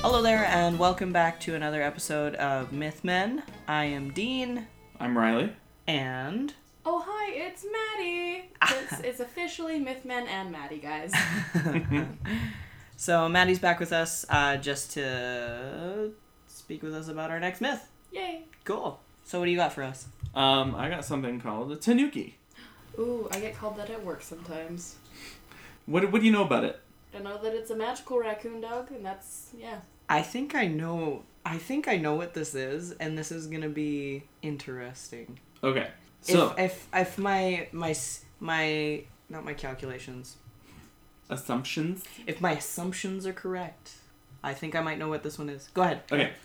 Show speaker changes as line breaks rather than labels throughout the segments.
Hello there, and welcome back to another episode of Myth Men. I am Dean,
I'm Riley.
and
Oh hi, it's Maddie. It's, it's officially Mythmen and Maddie, guys.
so Maddie's back with us uh, just to speak with us about our next myth.
Yay!
Cool. So, what do you got for us?
Um, I got something called a tanuki.
Ooh, I get called that at work sometimes.
What, what do you know about it?
I know that it's a magical raccoon dog, and that's yeah.
I think I know. I think I know what this is, and this is gonna be interesting.
Okay. So,
if, if if my my s- my not my calculations,
assumptions.
if my assumptions are correct, I think I might know what this one is. Go ahead.
Okay.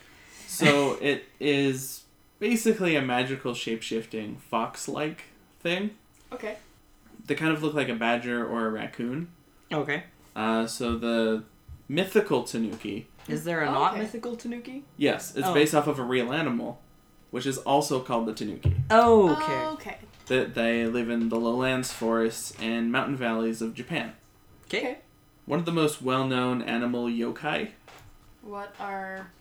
So, it is basically a magical shape shifting fox like thing.
Okay.
They kind of look like a badger or a raccoon.
Okay.
Uh, so, the mythical tanuki,
Is there a not
Okay.
mythical Tanuki?
yes, it's
Oh.
based off of a real animal, which is also called the tanuki.
Oh,
okay.
That they live in the lowlands, forests, and mountain valleys of Japan.
Okay.
One of the most well known animal yokai
What are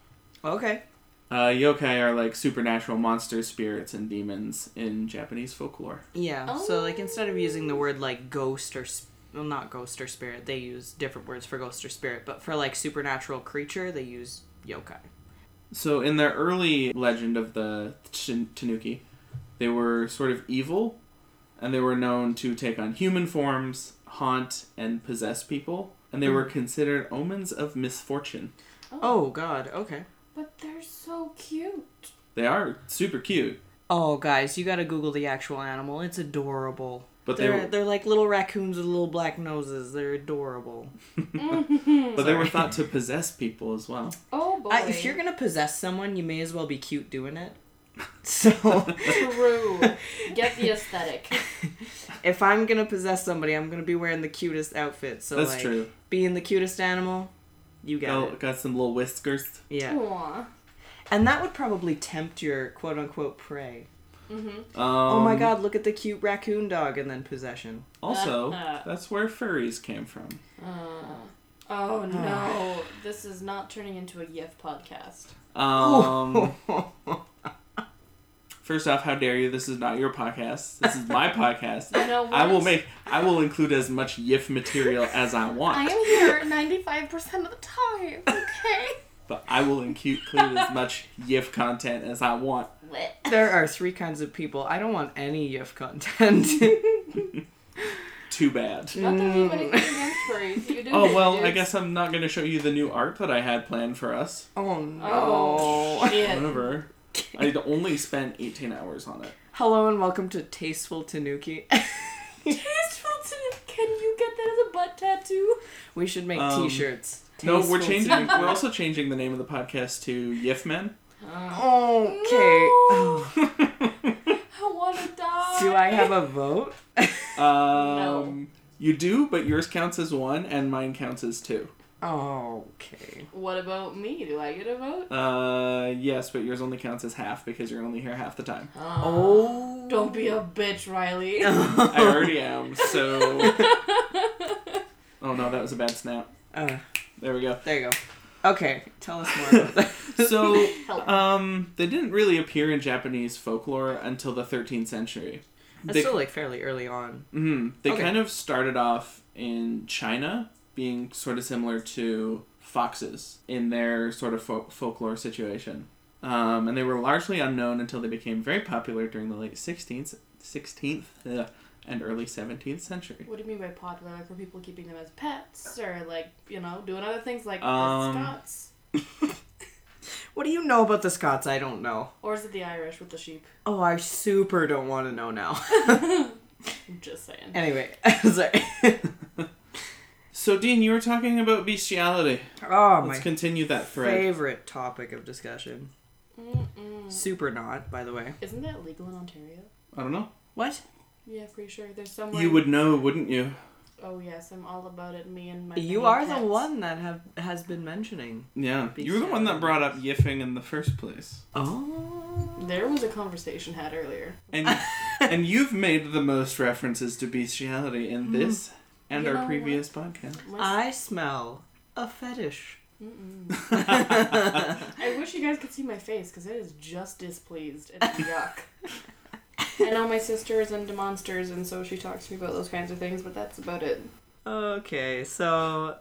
Okay.
Uh, yokai are like supernatural monsters, spirits, and demons in Japanese folklore.
Yeah. So like instead of using the word like ghost or sp- well not ghost or spirit, they use different words for ghost or spirit, but for like supernatural creature, they use yokai.
So, in their early legend of the Tsun- Tanuki, they were sort of evil, and they were known to take on human forms, haunt, and possess people, and they were
Hmm.
considered omens of misfortune.
Oh god. Okay.
But they're so cute.
They are super cute,
Oh guys, you got to google the actual animal. It's adorable.
but they
they're
were,
they're like little raccoons with little black noses. They're adorable.
but they were thought to possess people as well.
Mm-hmm. Oh boy.
I, if you're gonna possess someone, you may as well be cute doing it. So
True. Get the aesthetic.
if I'm gonna possess somebody, I'm gonna be wearing the cutest outfit. So
That's
like,
true.
being the cutest animal, you got
Got,
it.
got some little whiskers.
Yeah.
Aw.
And that would probably tempt your quote unquote prey.
Mm-hmm.
Um,
oh my god, look at the cute raccoon dog and then possession.
Also, that's where furries came from.
Oh no, this is not turning into a YIF podcast.
Um, first off, how dare you? This is not your podcast. This is my podcast.
You know
I will
what?
make. I will include as much YIF material as I want,
I am here 95% of the time, okay?
but I will incu- include as much YIF content as I want.
there are three kinds of people. I don't want any YIF content.
Too bad.
Not that we have anything against furries. You do
Oh
you
well,
do.
I guess I'm not going to show you the new art that I had planned for us.
oh no.
Oh, shit.
Whatever. I only spent 18 hours on it.
Hello and welcome to Tasteful Tanuki.
Tasteful to- Can you get that as a butt tattoo?
we should make
Um,
t shirts.
No, we're changing. We're also changing the name of the podcast to YIF Men.
Okay.
No.
Oh,
I want to die.
do I have a vote?
Um, You do, but yours counts as one, and mine counts as two.
okay.
What about me? Do I get a vote?
Uh, yes, but yours only counts as half because you're only here half the time.
Oh.
Uh,
Uh,
Don't be a bitch, Riley.
I already am, so. oh no, that was a bad snap.
Uh,
There we go.
there you go. Okay, tell us more about that.
So, um, they didn't really appear in Japanese folklore until the 13th century.
That's
They,
still like fairly early on.
mhm, they
Okay.
kind of started off in China, being sort of similar to foxes in their sort of fol- folklore situation. Um, and they were largely unknown until they became very popular during the late 16th, 16th ugh, and early 17th century.
What do you mean by popular? Like, were people keeping them as pets? Or, like, you know, doing other things like
Um,
the Scots?
What do you know about the Scots? I don't know.
Or is it the Irish with the sheep?
Oh, I super don't want to know now.
I'm just saying.
anyway, sorry.
So, Dean, you were talking about bestiality.
Oh, my
Let's continue that thread.
favorite topic of discussion.
Mm-mm.
Super not, by the way.
Isn't that legal in Ontario?
I don't know.
What?
Yeah, pretty sure. There's somewhere.
You would know, wouldn't you?
Oh yes, I'm all about it. Me and my.
You
many
are the
cats.
one that have has been mentioning.
Yeah. You were the one that brought up yiffing in the first place.
Oh.
There was a conversation had earlier.
And and you've made the most references to bestiality in this and
You know
our
what?
previous podcast.
My,
I smell a fetish.
Mm-mm. I wish you guys could see my face because it is just displeased and yuck. I know my sister's into monsters, and so she talks to me about those kinds of things, but that's about it.
Okay, so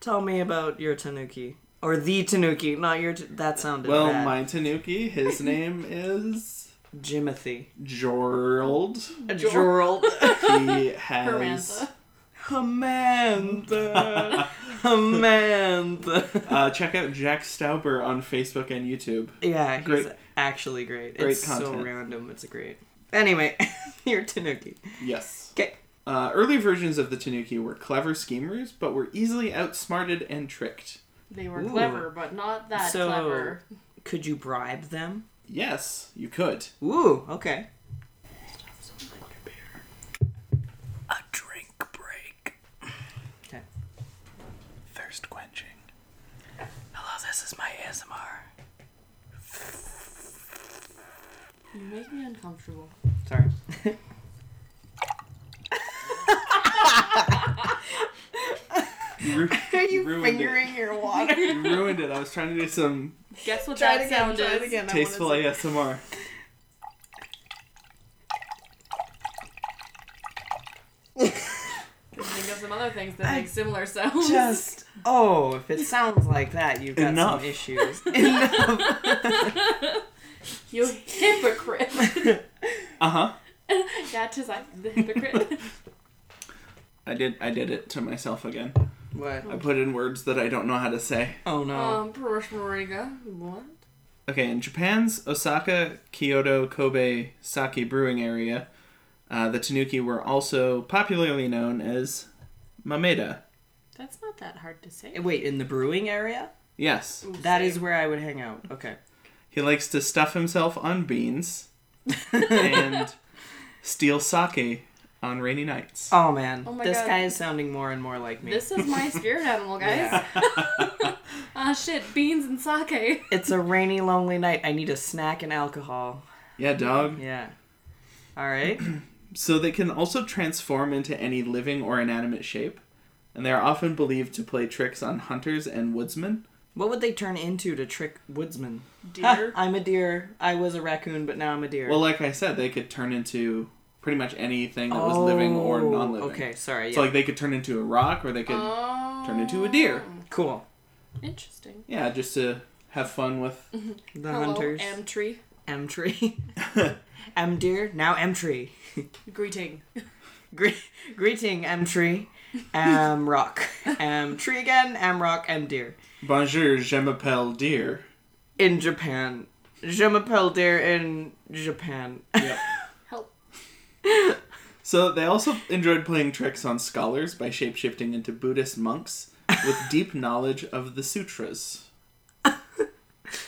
tell me about your tanuki or the tanuki, not your. T- that sounded
well,
bad.
my Tanuki, his name is
Jimothy.
Gerald.
Gerald.
He has.
Hermantha.
Amanda. Amanda.
Uh, check out Jack Stauber on Facebook and YouTube.
Yeah, he's
Great-
actually great.
great
it's so
content.
random. It's great. Anyway, your tanuki.
Yes.
'Kay.
Uh, early versions of the Tanuki were clever schemers, but were easily outsmarted and tricked.
They were
Ooh.
clever, but not that
So-
clever.
Could you bribe them?
Yes, you could.
Ooh, okay.
A drink break.
Okay.
Thirst quenching.
Hello, this is my ASMR.
You make me uncomfortable.
Sorry.
You, ru-
Are you
ruined
fingering your water?
It. You ruined it. I was trying to do some
Guess what
Try it
that
again,
sound
try it
is?
again. I wanna
tasteful
see.
ASMR.
Think of some other things that
I
make similar sounds.
Just oh, if it sounds like that, you've got
Enough.
some issues. Enough.
You hypocrite.
Uh huh.
that is I, the hypocrite.
I did. I did it to myself again.
What?
I put in words that I don't know how to say.
Oh no.
Um, Perush Moriga. What?
Okay, in Japan's Osaka, Kyoto, Kobe sake brewing area, uh, the Tanuki were also popularly known as Mameda.
That's not that hard to say.
Wait, in the brewing area?
Yes.
That is where I would hang out. Okay.
He likes to stuff himself on beans and steal sake on rainy nights.
Oh man,
Oh my
this
God.
guy is sounding more and more like me.
This is my spirit animal, guys.
Yeah.
Ah, shit, beans and sake.
It's a rainy, lonely night. I need a snack and alcohol.
Yeah, dog.
Yeah. All right.
So they can also transform into any living or inanimate shape, and they are often believed to play tricks on hunters and woodsmen.
What would they turn into to trick woodsmen?
Deer.
I'm a deer. I was a raccoon, but now I'm a deer.
Well, like I said, they could turn into pretty much anything that was living or
Oh,
non-living.
Okay, sorry. Yeah.
So like they could turn into a rock or they could
Oh.
turn into a deer.
cool.
Interesting.
Yeah, just to have fun with
The
Hello,
hunters.
M tree.
M tree. M deer. Now M tree.
Greeting.
Gre- greeting M tree. M rock. M tree again. M rock. M deer.
Bonjour, je m'appelle deer.
In Japan. Je m'appelle deer in Japan.
Yep.
Help.
so they also enjoyed playing tricks on scholars by shapeshifting into Buddhist monks with deep knowledge of the sutras.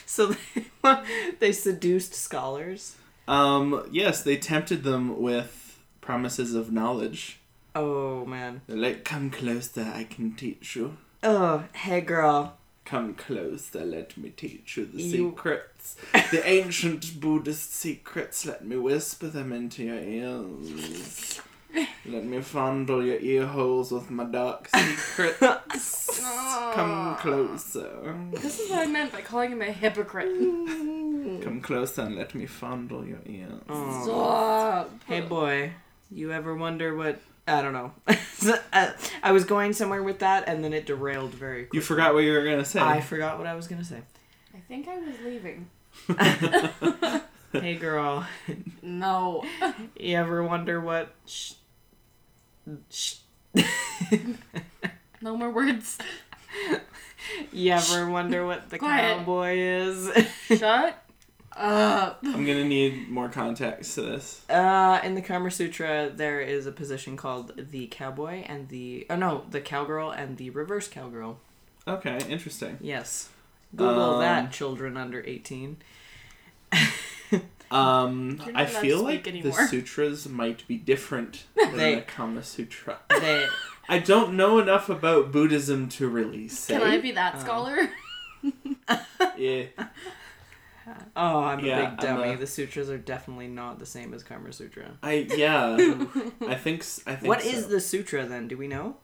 so they, they seduced scholars.
Um, yes, they tempted them with promises of knowledge.
Oh man.
They're like, come closer, I can teach you.
Oh, hey girl.
Come closer, let me teach you the
You-
secrets. the ancient Buddhist secrets, let me whisper them into your ears. Let me fondle your ear holes with my dark secrets.
Ah.
Come closer.
This is what I meant by calling him a hypocrite.
Mm.
Come closer and let me fondle your ears.
Oh.
Stop.
Hey boy, you ever wonder what? I don't know. So, uh, I was going somewhere with that, and then it derailed very quickly.
You forgot what you were gonna say.
I forgot what I was gonna say.
I think I was leaving.
Hey girl,
No.
you ever wonder what? Sh- sh-
No more words.
you ever wonder what the
Quiet.
cowboy is?
Shut up.
I'm gonna need more context to this.
Uh, in the Kama Sutra, there is a position called the cowboy and the oh no, the cowgirl and the reverse cowgirl.
Okay, interesting.
Yes, Google
Um,
that, children under eighteen.
Um,
You're not
I
allowed to
feel
speak
like the
anymore.
sutras might be different than
They-
the Kama Sutra.
They
I don't know enough about Buddhism to really say.
Can I be that
Um,
scholar?
yeah.
Oh, I'm
Yeah,
a big
I'm
dummy.
a-
The sutras are definitely not the same as Karma Sutra.
I yeah. I think s- I think
What
so.
is the sutra then? Do we know?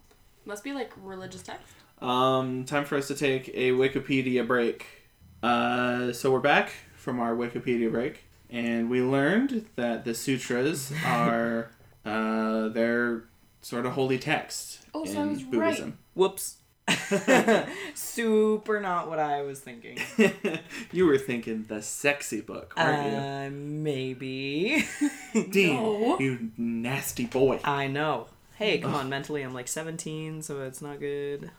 Must be like religious text.
Um, time for us to take a Wikipedia break. Uh, so we're back from our Wikipedia break, and we learned that the sutras are uh, their sort of holy text
Oh, so I
in
was right.
Buddhism.
Whoops. Super not what I was thinking.
you were thinking the sexy book, weren't
Uh, maybe.
you? Dean,
no.
you nasty boy.
I know. Hey, come on. Mentally, I'm like 17, so it's not good.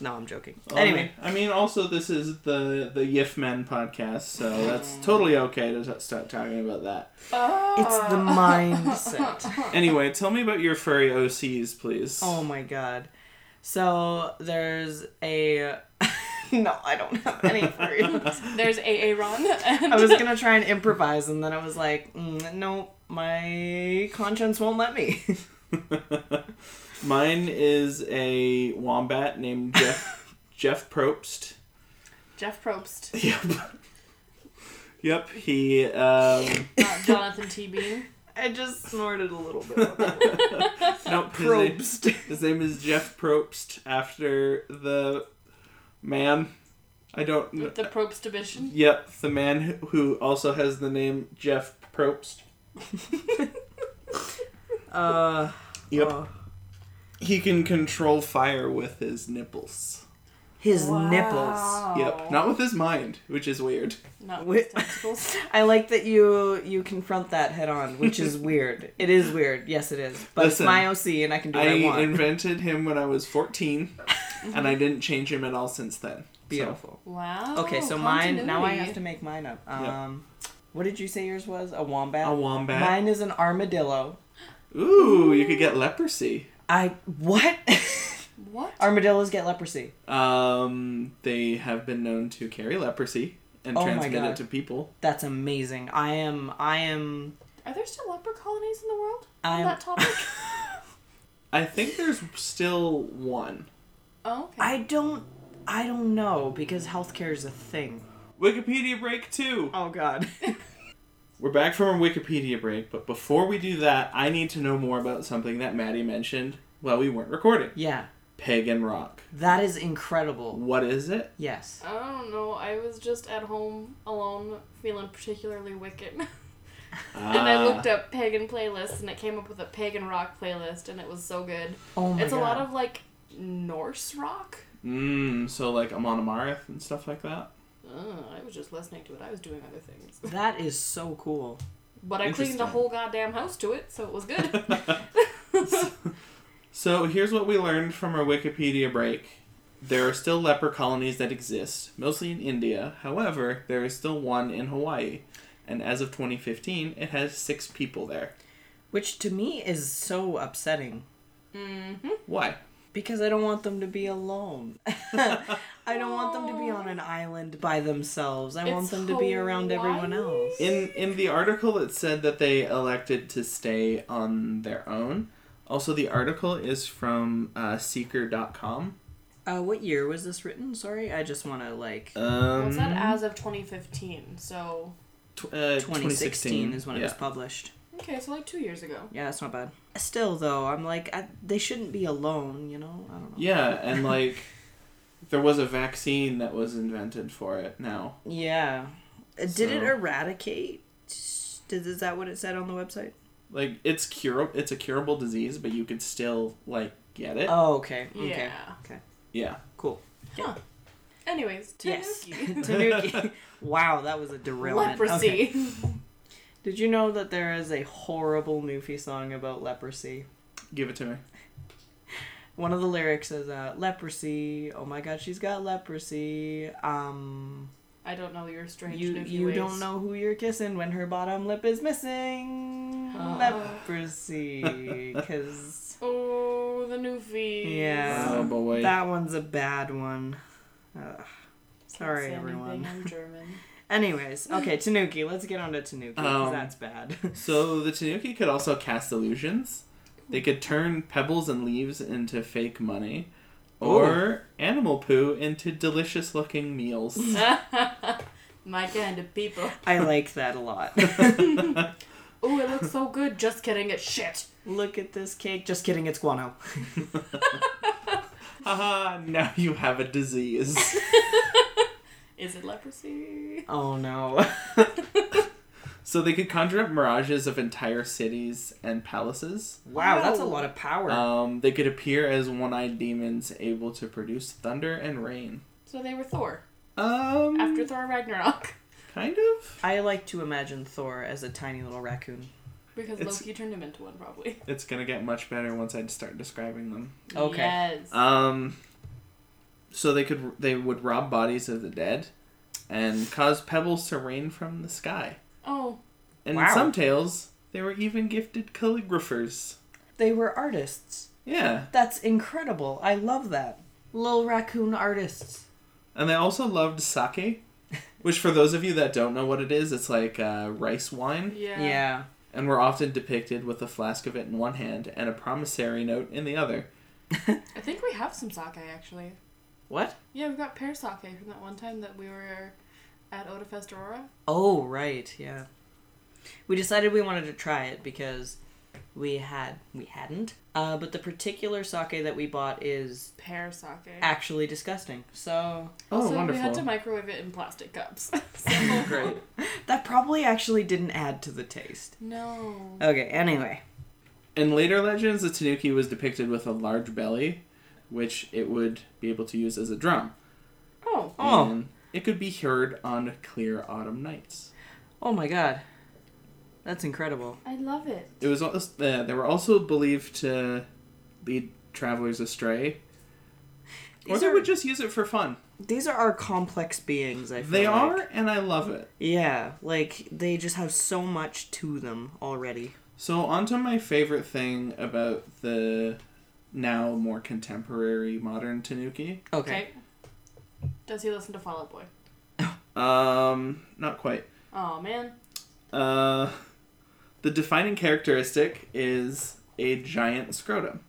No, I'm joking.
Oh,
Anyway,
I mean, also this is the the Yif Men podcast, so that's totally okay to t- start talking about that.
Oh.
it's the mindset.
Anyway, tell me about your furry OCs, please.
Oh my god. So there's a. no, I don't have any for you.
There's AA Ron. And
I was gonna try and improvise, and then I was like, mm, no, my conscience won't let me.
Mine is a wombat named Jeff Jeff Probst.
Jeff Probst,
Yep. Yep. He. Um,
not Jonathan T. Bean.
I just snorted a little bit.
no, his name,
Probst.
his name is Jeff Probst after the man. I don't. kn-
With the Probst division.
Yep, the man who- who also has the name Jeff Probst.
Uh,
Yep.
oh.
He can control fire with his nipples.
his nipples.
Yep, not with his mind, which is weird.
Not
Wi-
with testicles.
I like that you you confront that head on, which is weird. It is weird. Yes, it is. But
Listen,
it's my OC, and I can do what I,
I
want.
invented him when I was 14, and I didn't change him at all since then. So,
Beautiful.
Wow.
okay, so mine. Now I
Oh, continuity.
have to make mine up. Um, what did you say yours was? A wombat.
a wombat.
Mine is an armadillo.
Ooh, you could get leprosy.
I what?
What?
Armadillos get leprosy.
Um, they have been known to carry leprosy and
Oh my
transmit it
God.
to people.
That's amazing. I am. I am.
Are there still leper colonies in the world? On
I'm.
that topic?
I think there's still one.
oh, okay.
I don't. I don't know because healthcare is a thing.
Wikipedia break two.
Oh God.
We're back from our Wikipedia break, but before we do that, I need to know more about something that Maddie mentioned while we weren't recording.
yeah,
Pagan rock.
that is incredible.
What is it?
Yes.
I don't know. I was just at home alone, feeling particularly wicked, and
Ah.
I looked up pagan playlists, and it came up with a pagan rock playlist, and it was so good.
Oh my
it's
God.
a lot of like Norse rock.
Mmm, so like Amon Amarth and stuff like that?
Ugh, I was just listening to it. I was doing other things,
That is so cool.
but I cleaned the
Interesting.
whole goddamn house to it, so it was good.
So here's what we learned from our Wikipedia break. There are still leper colonies that exist, mostly in India. However, there is still one in Hawaii. And as of 2015, it has six people there.
Which to me is so upsetting
Why?
because I don't want them to be alone. I don't want them to be on an island by themselves. I want
It's
them to be around everyone
Hawaii?
else.
In in the article, it said that they elected to stay on their own. Also, the article is from uh, Seeker.com.
Uh, what year was this written? Sorry, I just want to like.
Um,
Well, it's not as of 2015, so
tw- uh,
2016 is when it
yeah.
was published.
okay, so like two years ago.
Yeah, that's not bad. Still, though, I'm like, I, they shouldn't be alone, you know? I don't know.
Yeah, and like there was a vaccine that was invented for it now.
Yeah. Uh, Did it
So-
eradicate? Did, is that what it said on the website?
Like it's cure it's a curable disease, but you could still like get it.
Oh, okay. Okay.
Yeah.
Okay.
yeah.
Cool.
Anyways,
Yes.
Tanuki.
Tanuki. wow, that was a derailment.
Leprosy.
Okay. Did you know that there is a horrible Newfie song about leprosy?
Give it to me.
One of the lyrics is uh, leprosy. Oh my god, she's got leprosy. Um,
I don't know your strange
you
Newfie
you
ways.
don't know who you're kissing when her bottom lip is missing.
Oh.
Leprosy, because
Oh, the Newfies.
Yeah.
Oh boy.
that one's a bad one. Ugh. Sorry,
Can't say
everyone.
anything in German.
Anyways, okay, Tanuki. Let's get on to Tanuki 'cause
Um,
that's bad.
So the Tanuki could also cast illusions. They could turn pebbles and leaves into fake money. Or animal poo into delicious looking meals.
My kind of people.
I like that a lot.
Oh, it looks so good. Just kidding, it's shit.
Look at this cake. Just kidding, it's guano.
Haha, now you have a disease.
Is it leprosy?
Oh no.
so they could conjure up mirages of entire cities and palaces.
Wow, that's a
Wow.
lot of power.
Um, they could appear as one-eyed demons able to produce thunder and rain.
So they were Thor.
Um,
After Thor Ragnarok.
kind of.
I like to imagine Thor as a tiny little raccoon.
Because
It's-
Loki turned him into one, probably.
It's gonna get much better once I start describing them.
Okay.
Yes.
Um, so they could they would rob bodies of the dead, and cause pebbles to rain from the sky.
oh.
And
Wow.
in some tales, they were even gifted calligraphers.
They were artists.
Yeah,
That's incredible. I love that. Little raccoon artists.
and they also loved sake, which for those of you that don't know what it is, it's like uh, rice wine.
Yeah.
Yeah.
and were often depicted with a flask of it in one hand and a promissory note in the other.
I think we have some sake, actually.
What?
Yeah, we got pear sake from that one time that we were at Odafest Aurora.
Oh, right. Yeah. We decided we wanted to try it because we had we hadn't. Uh, but the particular sake that we bought is
Pear sake.
actually disgusting. So
Ah, Oh,
also, we
wonderful.
had to microwave it in plastic cups.
Great.
that probably actually didn't add to the taste.
no.
Okay, anyway.
In later legends, the tanuki was depicted with a large belly, which it would be able to use as a drum.
Oh.
Oh.
And it could be heard on clear autumn nights.
Oh my god. That's incredible.
I love it.
It was also, uh, they were also believed to lead travelers astray, or
These
they
are,
would just use it for fun.
these are our complex beings, I feel
They
like.
are, and I love it.
Yeah, like they just have so much to them already.
So onto my favorite thing about the now more contemporary modern tanuki.
Okay.
Does he listen to Fall Out Boy?
Um, not quite.
Oh man.
Uh, the defining characteristic is a giant scrotum.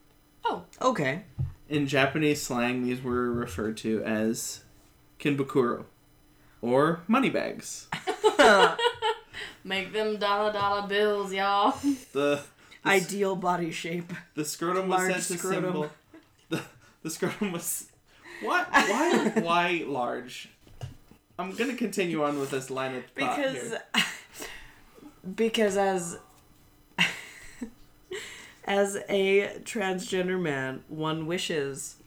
Oh.
Okay.
In Japanese slang, these were referred to as kinbukuro, or money bags.
Make them dollar dollar bills, y'all.
The the, s-
Ideal body shape.
the scrotum was
large
said to
scrotum.
symbol. The, the scrotum was what? Why? why large? I'm gonna continue on with this line of thought
Because
here.
because as as a transgender man, one wishes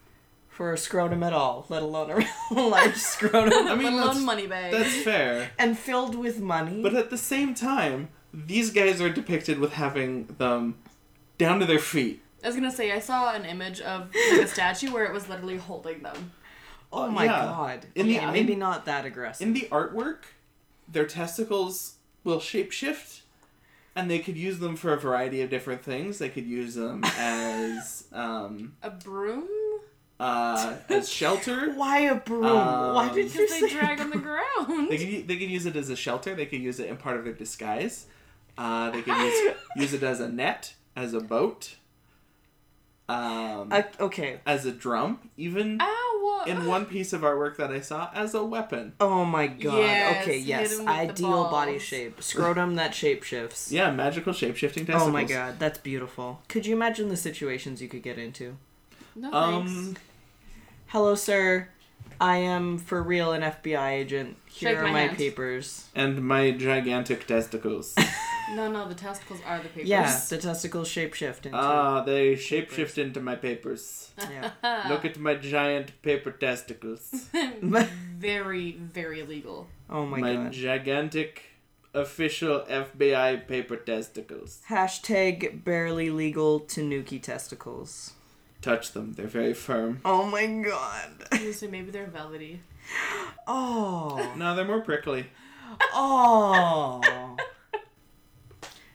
for a scrotum at all, let alone a real large scrotum
I mean,
Let alone
that's,
money bag.
that's fair.
and filled with money.
But at the same time, these guys are depicted with having them down to their feet.
I was gonna say I saw an image of like a statue where it was literally holding them.
oh my
yeah.
god.
In the-
Okay,
in-
maybe not that aggressive.
In the artwork, their testicles will shapeshift, and they could use them for a variety of different things. They could use them as um,
A broom?
uh, as shelter.
Why a broom?
Um,
Why did you
Because
say
they drag on the
They
ground.
could, u- they could use it as a shelter. They could use it in part of their disguise. Uh, they could use, use it as a net, as a boat, um,
I, okay.
as a drum, even
Ow!
in one piece of artwork that I saw as a weapon.
Oh my god.
Yes,
okay,
hit
yes.
him with the
Ideal body
balls.
shape. Scrotum that shape shifts.
Yeah, magical shapeshifting testicles.
Oh my god, that's beautiful. Could you imagine the situations you could get into?
No
Um,
thanks.
Hello, sir. I am for real an FBI agent. Here
Shake
are
my
my,
hand.
papers.
and my gigantic testicles.
No, no, the testicles are the papers.
Yeah, the testicles shape shift into.
Ah, they shapeshift into my papers.
yeah.
Look at my giant paper testicles.
very, very legal.
Oh my,
my
god.
gigantic official FBI paper testicles.
Hashtag barely legal tanuki testicles.
Touch them, they're very firm.
Oh my god.
I'm gonna say maybe they're velvety.
Oh.
No, they're more prickly.
Oh.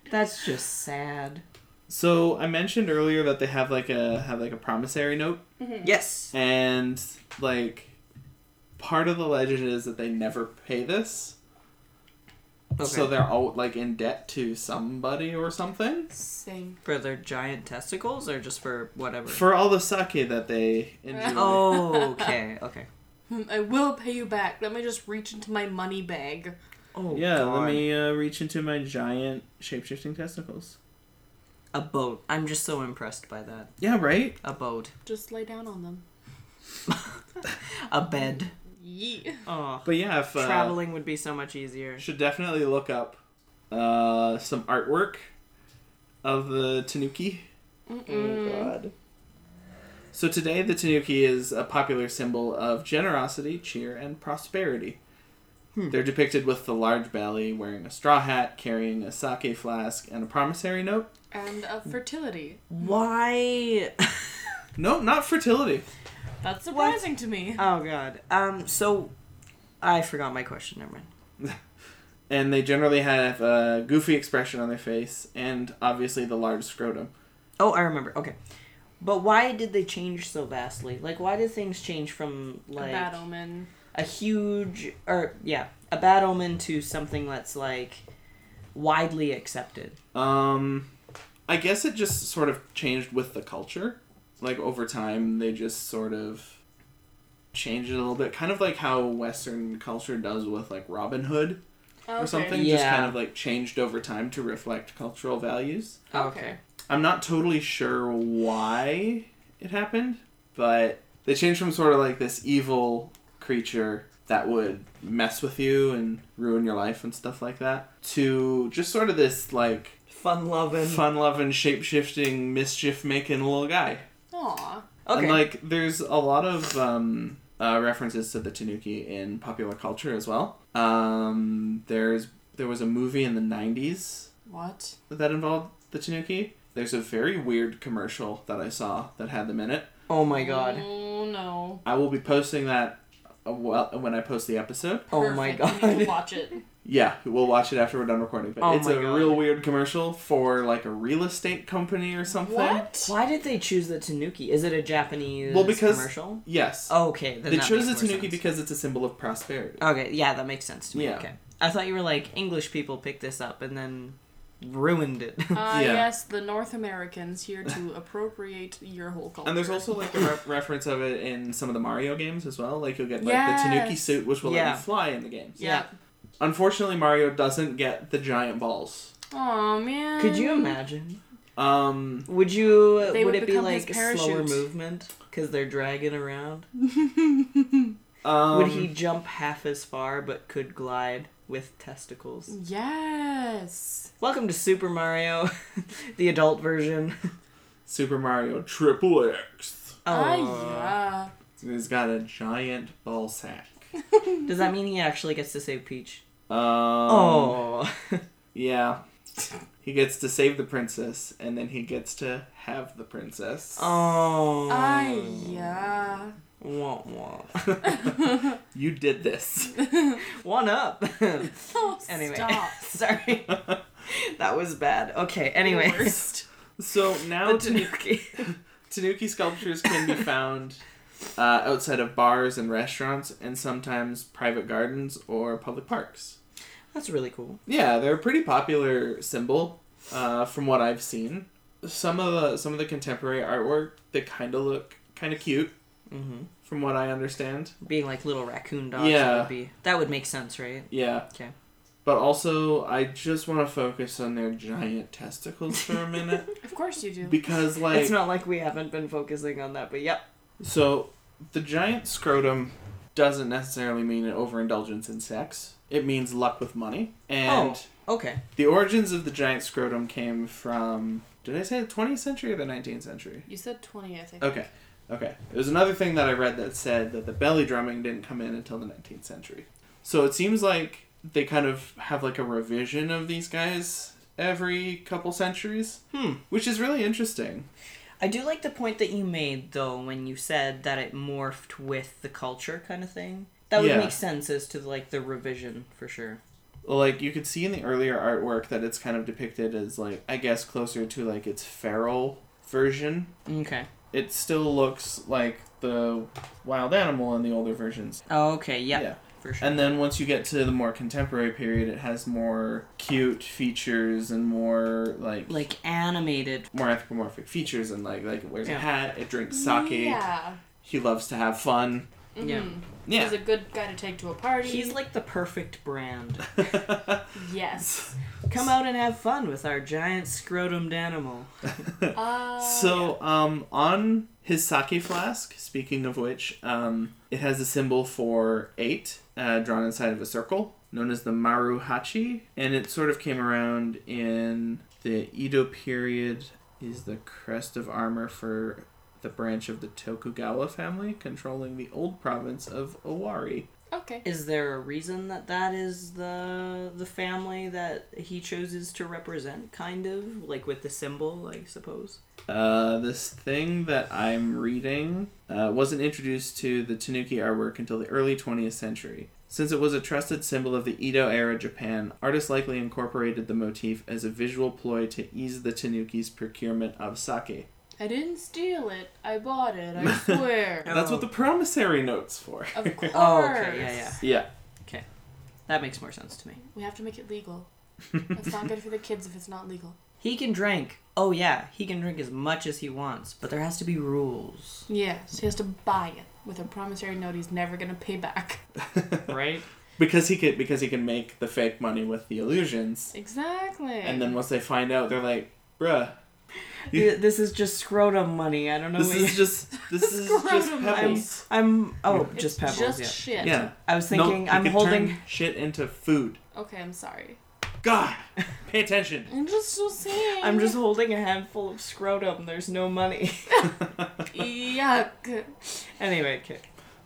That's just sad.
So I mentioned earlier that they have like a have like a promissory note,
Hmm.
Yes.
and like part of the legend is that they never pay this.
Okay.
So they're all like in debt to somebody or something
Same.
for their giant testicles or just for whatever?
for all the sake that they enjoy.
oh, okay. Okay.
Hmm, I will pay you back. Let me just reach into my money bag.
Oh,
yeah,
God.
let me uh, reach into my giant shapeshifting testicles.
A boat. I'm just so impressed by that.
Yeah, right.
A boat.
Just lay down on them.
a bed.
Yee.
Oh,
But yeah, if, uh,
traveling would be so much easier.
should definitely look up uh, some artwork of the tanuki.
Mm-mm.
God. So today, the tanuki is a popular symbol of generosity, cheer, and prosperity.
Hmm.
They're depicted with the large belly, wearing a straw hat, carrying a sake flask, and a promissory note.
And of fertility.
Why?
No, not fertility.
That's surprising to me.
oh God. Um. So, I forgot my question. Never mind.
And they generally have a goofy expression on their face, and obviously the large scrotum.
Oh, I remember. Okay. But why did they change so vastly? Like, why did things change from like
a bad omen.
a huge or yeah, a bad omen to something that's like widely accepted?
Um, I guess it just sort of changed with the culture. Like over time, they just sort of changed it a little bit, kind of like how Western culture does with like Robin Hood or something. Just
Yeah.
kind of like changed over time to reflect cultural values.
Okay.
I'm not totally sure why it happened, but they changed from sort of like this evil creature that would mess with you and ruin your life and stuff like that to just sort of this like
Fun loving.
fun loving, shape shifting, mischief making little guy.
Aw.
Okay.
And like, there's a lot of um, uh, references to the Tanuki in popular culture as well. Um, there's there was a movie in the '90s
What?
that involved the Tanuki. There's a very weird commercial that I saw that had them in it.
oh my God.
Oh no.
I will be posting that uh, well when I post the episode.
Oh my
Perfect. We need to
God.
Watch it.
Yeah, we'll watch it after we're done recording. But
Oh
it's
my
a
God.
real weird commercial for like a real estate company or something.
What?
Why did they choose the tanuki? Is it a Japanese
Well, because-
commercial?
Yes.
Okay, then
They
that
chose the
makes more
tanuki
sense. Oh,
because it's a symbol of prosperity.
Okay, yeah, that makes sense to me.
Yeah.
Okay. I thought you were like English people picked this up and then ruined it.
Ah,
Yeah.
yes, the North Americans here to appropriate your whole culture.
And there's also like a re- reference of it in some of the Mario games as well. Like you'll get like
Yes.
the Tanuki suit, which will let
Yeah.
you fly in the games.
Yeah.
Unfortunately, Mario doesn't get the giant balls.
Oh man.
Could you imagine?
Um,
Would you?
They
would
would
it be
become
like
his
slower
parachute.
movement because they're dragging around?
um,
would he jump half as far but could glide with testicles?
Yes.
Welcome to Super Mario, the adult version.
Super Mario Triple X?
Oh,
Ah,
He's got a giant ball sack.
does that mean he actually gets to save Peach?
Um,
Oh,
yeah. He gets to save the princess, and then he gets to have the princess.
oh,
Uh,
yeah. Ah, yeah.
Womp womp.
You did this.
One up.
Oh,
anyway,
Stop.
sorry, that was bad. Okay,
The
anyway,
worst.
So now
the
to
Tanuki.
Tanuki sculptures can be found uh, outside of bars and restaurants and sometimes private gardens or public parks.
That's really cool.
Yeah, they're a pretty popular symbol uh, from what I've seen. Some of the some of the contemporary artwork they kind of look kind of cute
hmm
from what I understand.
Being like little raccoon dogs
Yeah.
would be that would make sense, right?
Yeah.
Okay.
But also, I just want to focus on their giant testicles for a minute
Of course you do.
because like
it's not like we haven't been focusing on that, but yep.
So, the giant scrotum doesn't necessarily mean an overindulgence in sex. It means luck with money. And
Okay.
the origins of the giant scrotum came from, did I say the 20th century or the 19th century?
You said 20, I think.
Okay, okay. It was another thing that I read that said that the belly drumming didn't come in until the 19th century. So it seems like they kind of have like a revision of these guys every couple centuries,
Hmm.
which is really interesting.
I do like the point that you made though when you said that it morphed with the culture kind of thing. That would
Yeah.
make sense as to like the revision for sure.
like you could see in the earlier artwork that it's kind of depicted as like I guess closer to like its feral version.
Okay.
It still looks like the wild animal in the older versions.
Oh, Okay, yep,
Yeah.
for sure.
And then once you get to the more contemporary period, it has more cute features and more like
like animated.
more anthropomorphic features and like like it wears
Yeah.
a hat, it drinks sake,
Yeah.
he loves to have fun.
Yeah.
Mhm.
Yeah.
He's a good guy to take to a party.
He's like the perfect brand.
yes.
Come out and have fun with our giant scrotum animal.
Uh,
So, um, on His sake flask, speaking of which, um, it has the symbol for eight uh, drawn inside of a circle, known as the Maruhachi, and it sort of came around in the Edo period. Is the crest of armor for the branch of the Tokugawa family controlling the old province of Owari?
Okay.
Is there a reason that that is the the family that he chooses to represent? Kind of like with the symbol, I suppose.
Uh, this thing that I'm reading uh, wasn't introduced to the Tanuki artwork until the early 20th century. Since it was a trusted symbol of the Edo era Japan, artists likely incorporated the motif as a visual ploy to ease the Tanuki's procurement of sake.
I didn't steal it. I bought it. I swear.
That's what
Oh.
the promissory note's for.
of course.
Oh, okay, yeah, yeah.
yeah.
That makes more sense to me.
We have to make it legal. It's not good for the kids if it's not legal.
He can drink. Oh yeah, he can drink as much as he wants, but there has to be rules,
Yeah, so he has to buy it with a promissory note he's never gonna pay back.
right?
because he could because he can make the fake money with the illusions.
Exactly.
And then once they find out, they're like, "Bruh, Yeah.
Th- this is just scrotum money. I don't know.
this
what you-
is just this is just
Scrotum
pebbles."
I'm oh
It's
just pebbles.
Just
yeah.
shit.
Yeah.
I was thinking
you
I'm
can
holding.
turn shit into food.
Okay, I'm sorry.
God, pay attention.
I'm just so saying.
I'm just holding a handful of scrotum. There's no money.
yuck.
anyway, okay.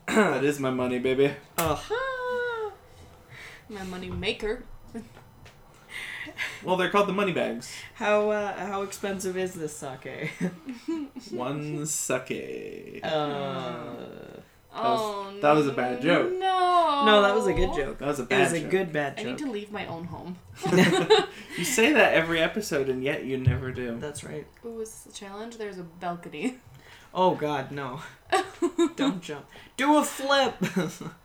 that is my money, baby.
Oh,
Ah. My money maker.
Well, they're called the money bags.
how uh, how expensive is this sake?
One sake.
Uh,
Oh
was- that was a bad joke.
No.
no, that was a good joke.
That was a
It
bad
was a
joke.
good bad
I
joke.
need to leave my own home.
You say that every episode, and yet you never do.
That's right.
Ooh, was this a challenge? There's a balcony.
Oh God, no! Don't jump. Do a flip.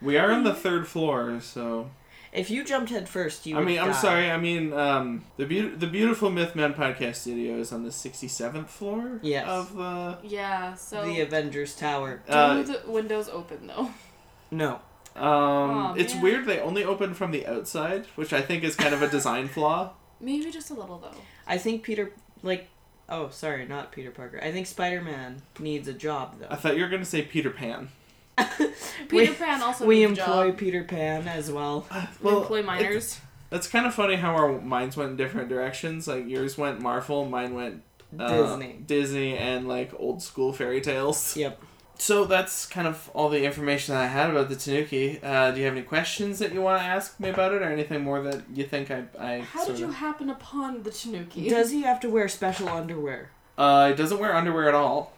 We are on the third floor, so.
if you jumped head first, you.
I
would
mean, I'm
die.
sorry. I mean, um, the be- the beautiful Mythman podcast studio is on the 67th floor.
Yes.
Of uh, the.
Yeah, so
The Avengers Tower.
do
Uh,
the windows open though.
No.
um,
Aw,
it's
man.
weird they only open from the outside, which I think is kind of a design flaw.
Maybe just a little though.
I think Peter, like, oh, sorry, not Peter Parker. I think Spider Man needs a job,
I
though.
thought you were gonna say Peter Pan.
Peter Pan also
we
needs a
employ
job.
Peter Pan as well.
We employ
it-
miners.
That's kind of funny how our minds went in different directions. Like yours went Marvel, mine went uh,
Disney.
Disney, and like old school fairy tales.
Yep.
So that's kind of all the information I had about the Tanuki. Uh, do you have any questions that you want to ask me about it, or anything more that you think I? I
How did
sort
you
of-
happen upon the Tanuki?
Does he have to wear special underwear?
Uh, it doesn't wear underwear at all.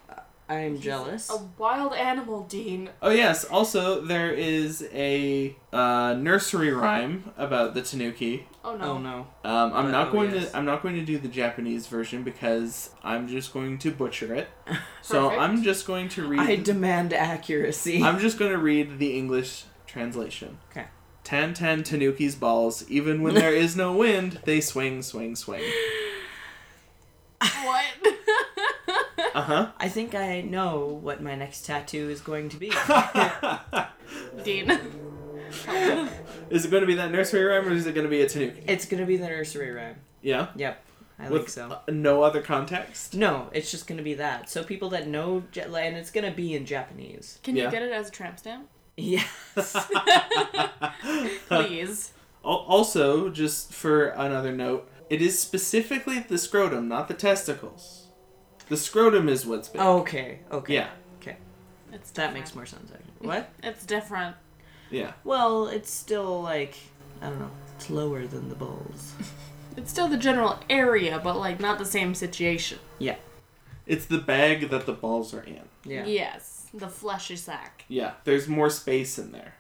I am
He's
jealous.
A wild animal, Dean.
Oh yes. Also, there is a uh, nursery rhyme about the Tanuki.
Oh no.
Oh no.
Um, I'm not
Oh,
going
yes.
to. I'm not going to do the Japanese version because I'm just going to butcher it. so
Perfect.
I'm just going to read.
I demand accuracy.
I'm just going to read the English translation.
Okay.
Tan tan Tanuki's balls. Even when there is no wind, they swing, swing, swing.
What?
Uh
I think I know what my next tattoo is going to be.
huh.
Dean.
is it going to be that nursery rhyme or is it going to be a Tanuki?
it's gonna be the nursery rhyme.
Yeah.
Yep. I
With
think so.
uh, no other context.
No, it's just gonna be that. So people that know, Ja- and it's gonna be in Japanese.
Can
Yeah.
you get it as a tramp stamp?
Yes.
Please.
Al- Also, just for another note, it is specifically the scrotum, not the testicles. The scrotum is what's big.
okay. Oh, Okay.
Yeah,
It's
That
different.
makes more sense. Actually. What?
It's different.
yeah.
Well, it's still like I don't know. It's lower than the balls.
It's still the general area, but like not the same situation.
It's the bag that the balls are in.
Yeah.
Yes. The fleshy sack.
Yeah, there's more space in there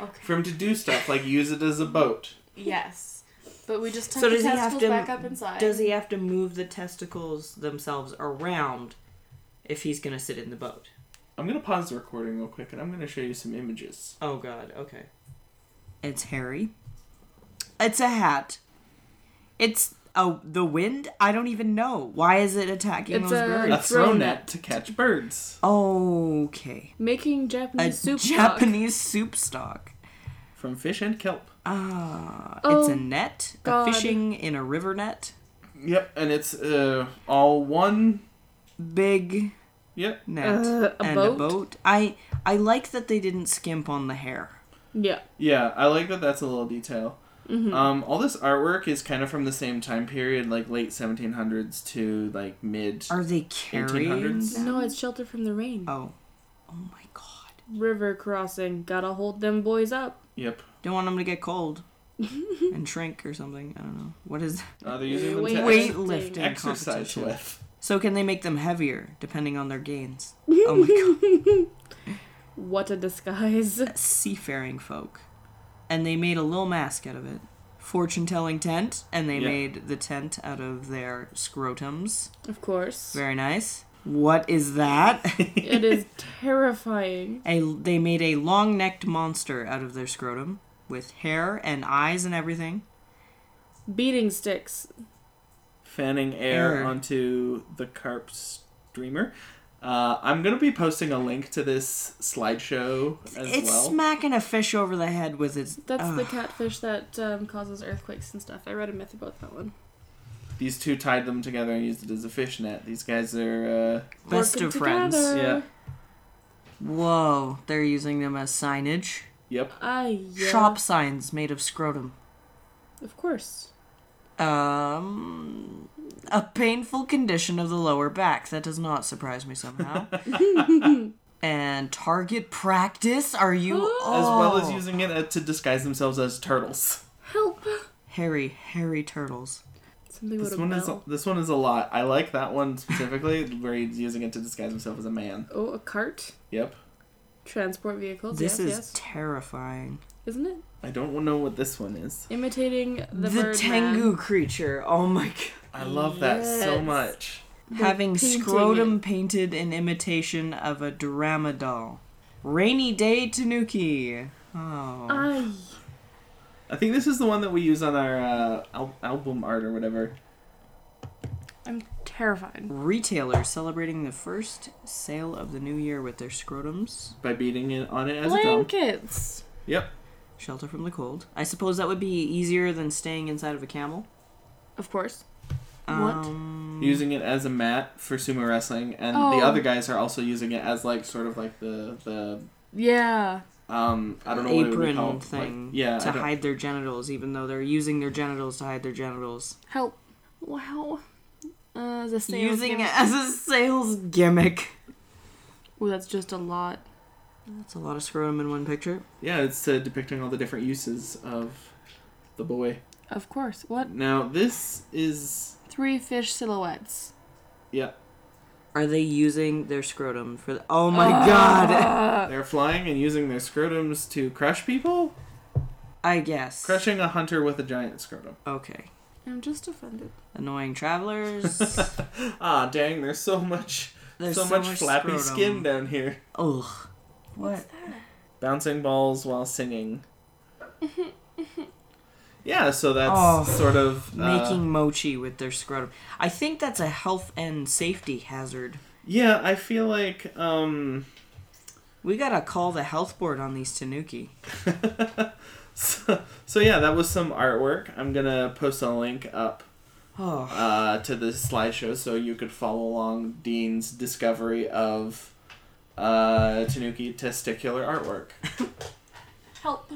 Okay.
for him to do stuff like use it as a boat.
Yes. But we just tuck
So
the
does he have
testicles
to-
back up inside.
Does he have to move the testicles themselves around if he's gonna sit in the boat?
I'm gonna pause the recording real quick and I'm gonna show you some images.
Oh God. Okay. It's hairy. It's a hat. It's oh the wind. I don't even know why is it attacking
It's
those
a-
A
birds.
throw
throw
net
net.
to catch birds.
Okay.
Making
A
Japanese soup.
Japanese soup stock.
From fish and kelp.
Ah, it's
Oh,
a net,
God.
a fishing in a river net.
Yep, and it's uh, all one
Big
Yep.
net
Uh, a
and a
boat?
boat. I I like that they didn't skimp on the hair.
Yeah.
Yeah, I like that. That's a little detail.
Mm-hmm.
Um, all this artwork is kind of from the same time period, like late 1700s to like mid.
Are they carrying?
1800s?
them?
No, it's shelter from the rain.
Oh, oh my god!
River crossing. Gotta hold them boys up.
Yep.
Don't want them to get cold and shrink or something. I don't know. What is?
Uh, they're using them to
Wait.
ex-
Weightlifting
exercise
competition.
with.
So can they make them heavier depending on their gains? Oh my god!
What a disguise.
seafaring folk. And they made a little mask out of it. Fortune telling tent, and they
Yeah.
made the tent out of their scrotums.
Of course.
Very nice. What is that?
It is terrifying.
a, they made a long necked monster out of their scrotum with hair and eyes and everything.
Beating sticks.
fanning air
Air.
onto the carp streamer. Uh, I'm gonna be posting a link to this slideshow as
it's
well.
smacking a fish over the head with its.
That's the
Ugh.
catfish that um, causes earthquakes and stuff. I read a myth about that one.
These two tied them together and used it as a fishnet. These guys are uh,
Best
Working
of friends.
together.
yeah,
Whoa, they're using them as signage.
yep.
Ah, yeah.
Shop signs made of scrotum.
Of course.
Um, a painful condition of the lower back. That does not surprise me somehow. and target practice? Are you
As well as
Oh.
using it uh, to disguise themselves as turtles.
Help.
hairy, hairy turtles?
Something
This
with a
one is
bell.
this one is a lot. I like that one specifically, where he's using it to disguise himself as a man.
Oh, a cart.
Yep.
Transport vehicles.
This
yes,
is
yes.
terrifying.
Isn't it?
I don't know what this one is.
Imitating the,
The,
bird
Tengu
man.
creature. Oh my god.
I love that so
Yes.
much.
They're
Having
painting
scrotum painted in imitation of a drama doll. Rainy day Tanuki. Oh.
Ay.
I think this is the one that we use on our uh, al- album art or whatever.
I'm terrified.
Retailers celebrating the first sale of the new year with their scrotums.
by beating it on it as a drum.
Blankets.
Yep.
Shelter from the cold. I suppose that would be easier than staying inside of a camel.
Of course. What?
Um,
Using it as a mat for sumo wrestling, and
Oh.
the other guys are also using it as like sort of like the the
Yeah.
um I don't know what it would be
apron
called.
thing
Like, yeah. I
to
don't-
hide their genitals, even though they're using their genitals to hide their genitals.
Help. Wow. Uh, the same.
using it as a sales gimmick.
Oh, that's just a lot.
That's a lot of scrotum in one picture.
Yeah, it's uh, depicting all the different uses of the boy.
Of course. What?
Now this is
Three fish silhouettes.
yeah.
Are they using their scrotum for? The- oh my god!
They're flying and using their scrotums to crush people,
I guess.
crushing a hunter with a giant scrotum.
Okay.
I'm just offended.
Annoying travelers.
Ah, dang! There's so much,
There's
so,
so
much,
much
flappy
scrotum.
skin down here.
Ugh. What?
bouncing balls while singing. yeah, so that's
Oh,
sort of uh,
Making mochi with their scrotum. I think that's a health and safety hazard.
Yeah, I feel like um,
We gotta call the health board on these tanuki.
so, so yeah, that was some artwork. I'm gonna post a link up
Oh,
uh, to this slideshow so you could follow along Dean's discovery of uh, Tanuki testicular artwork.
Help.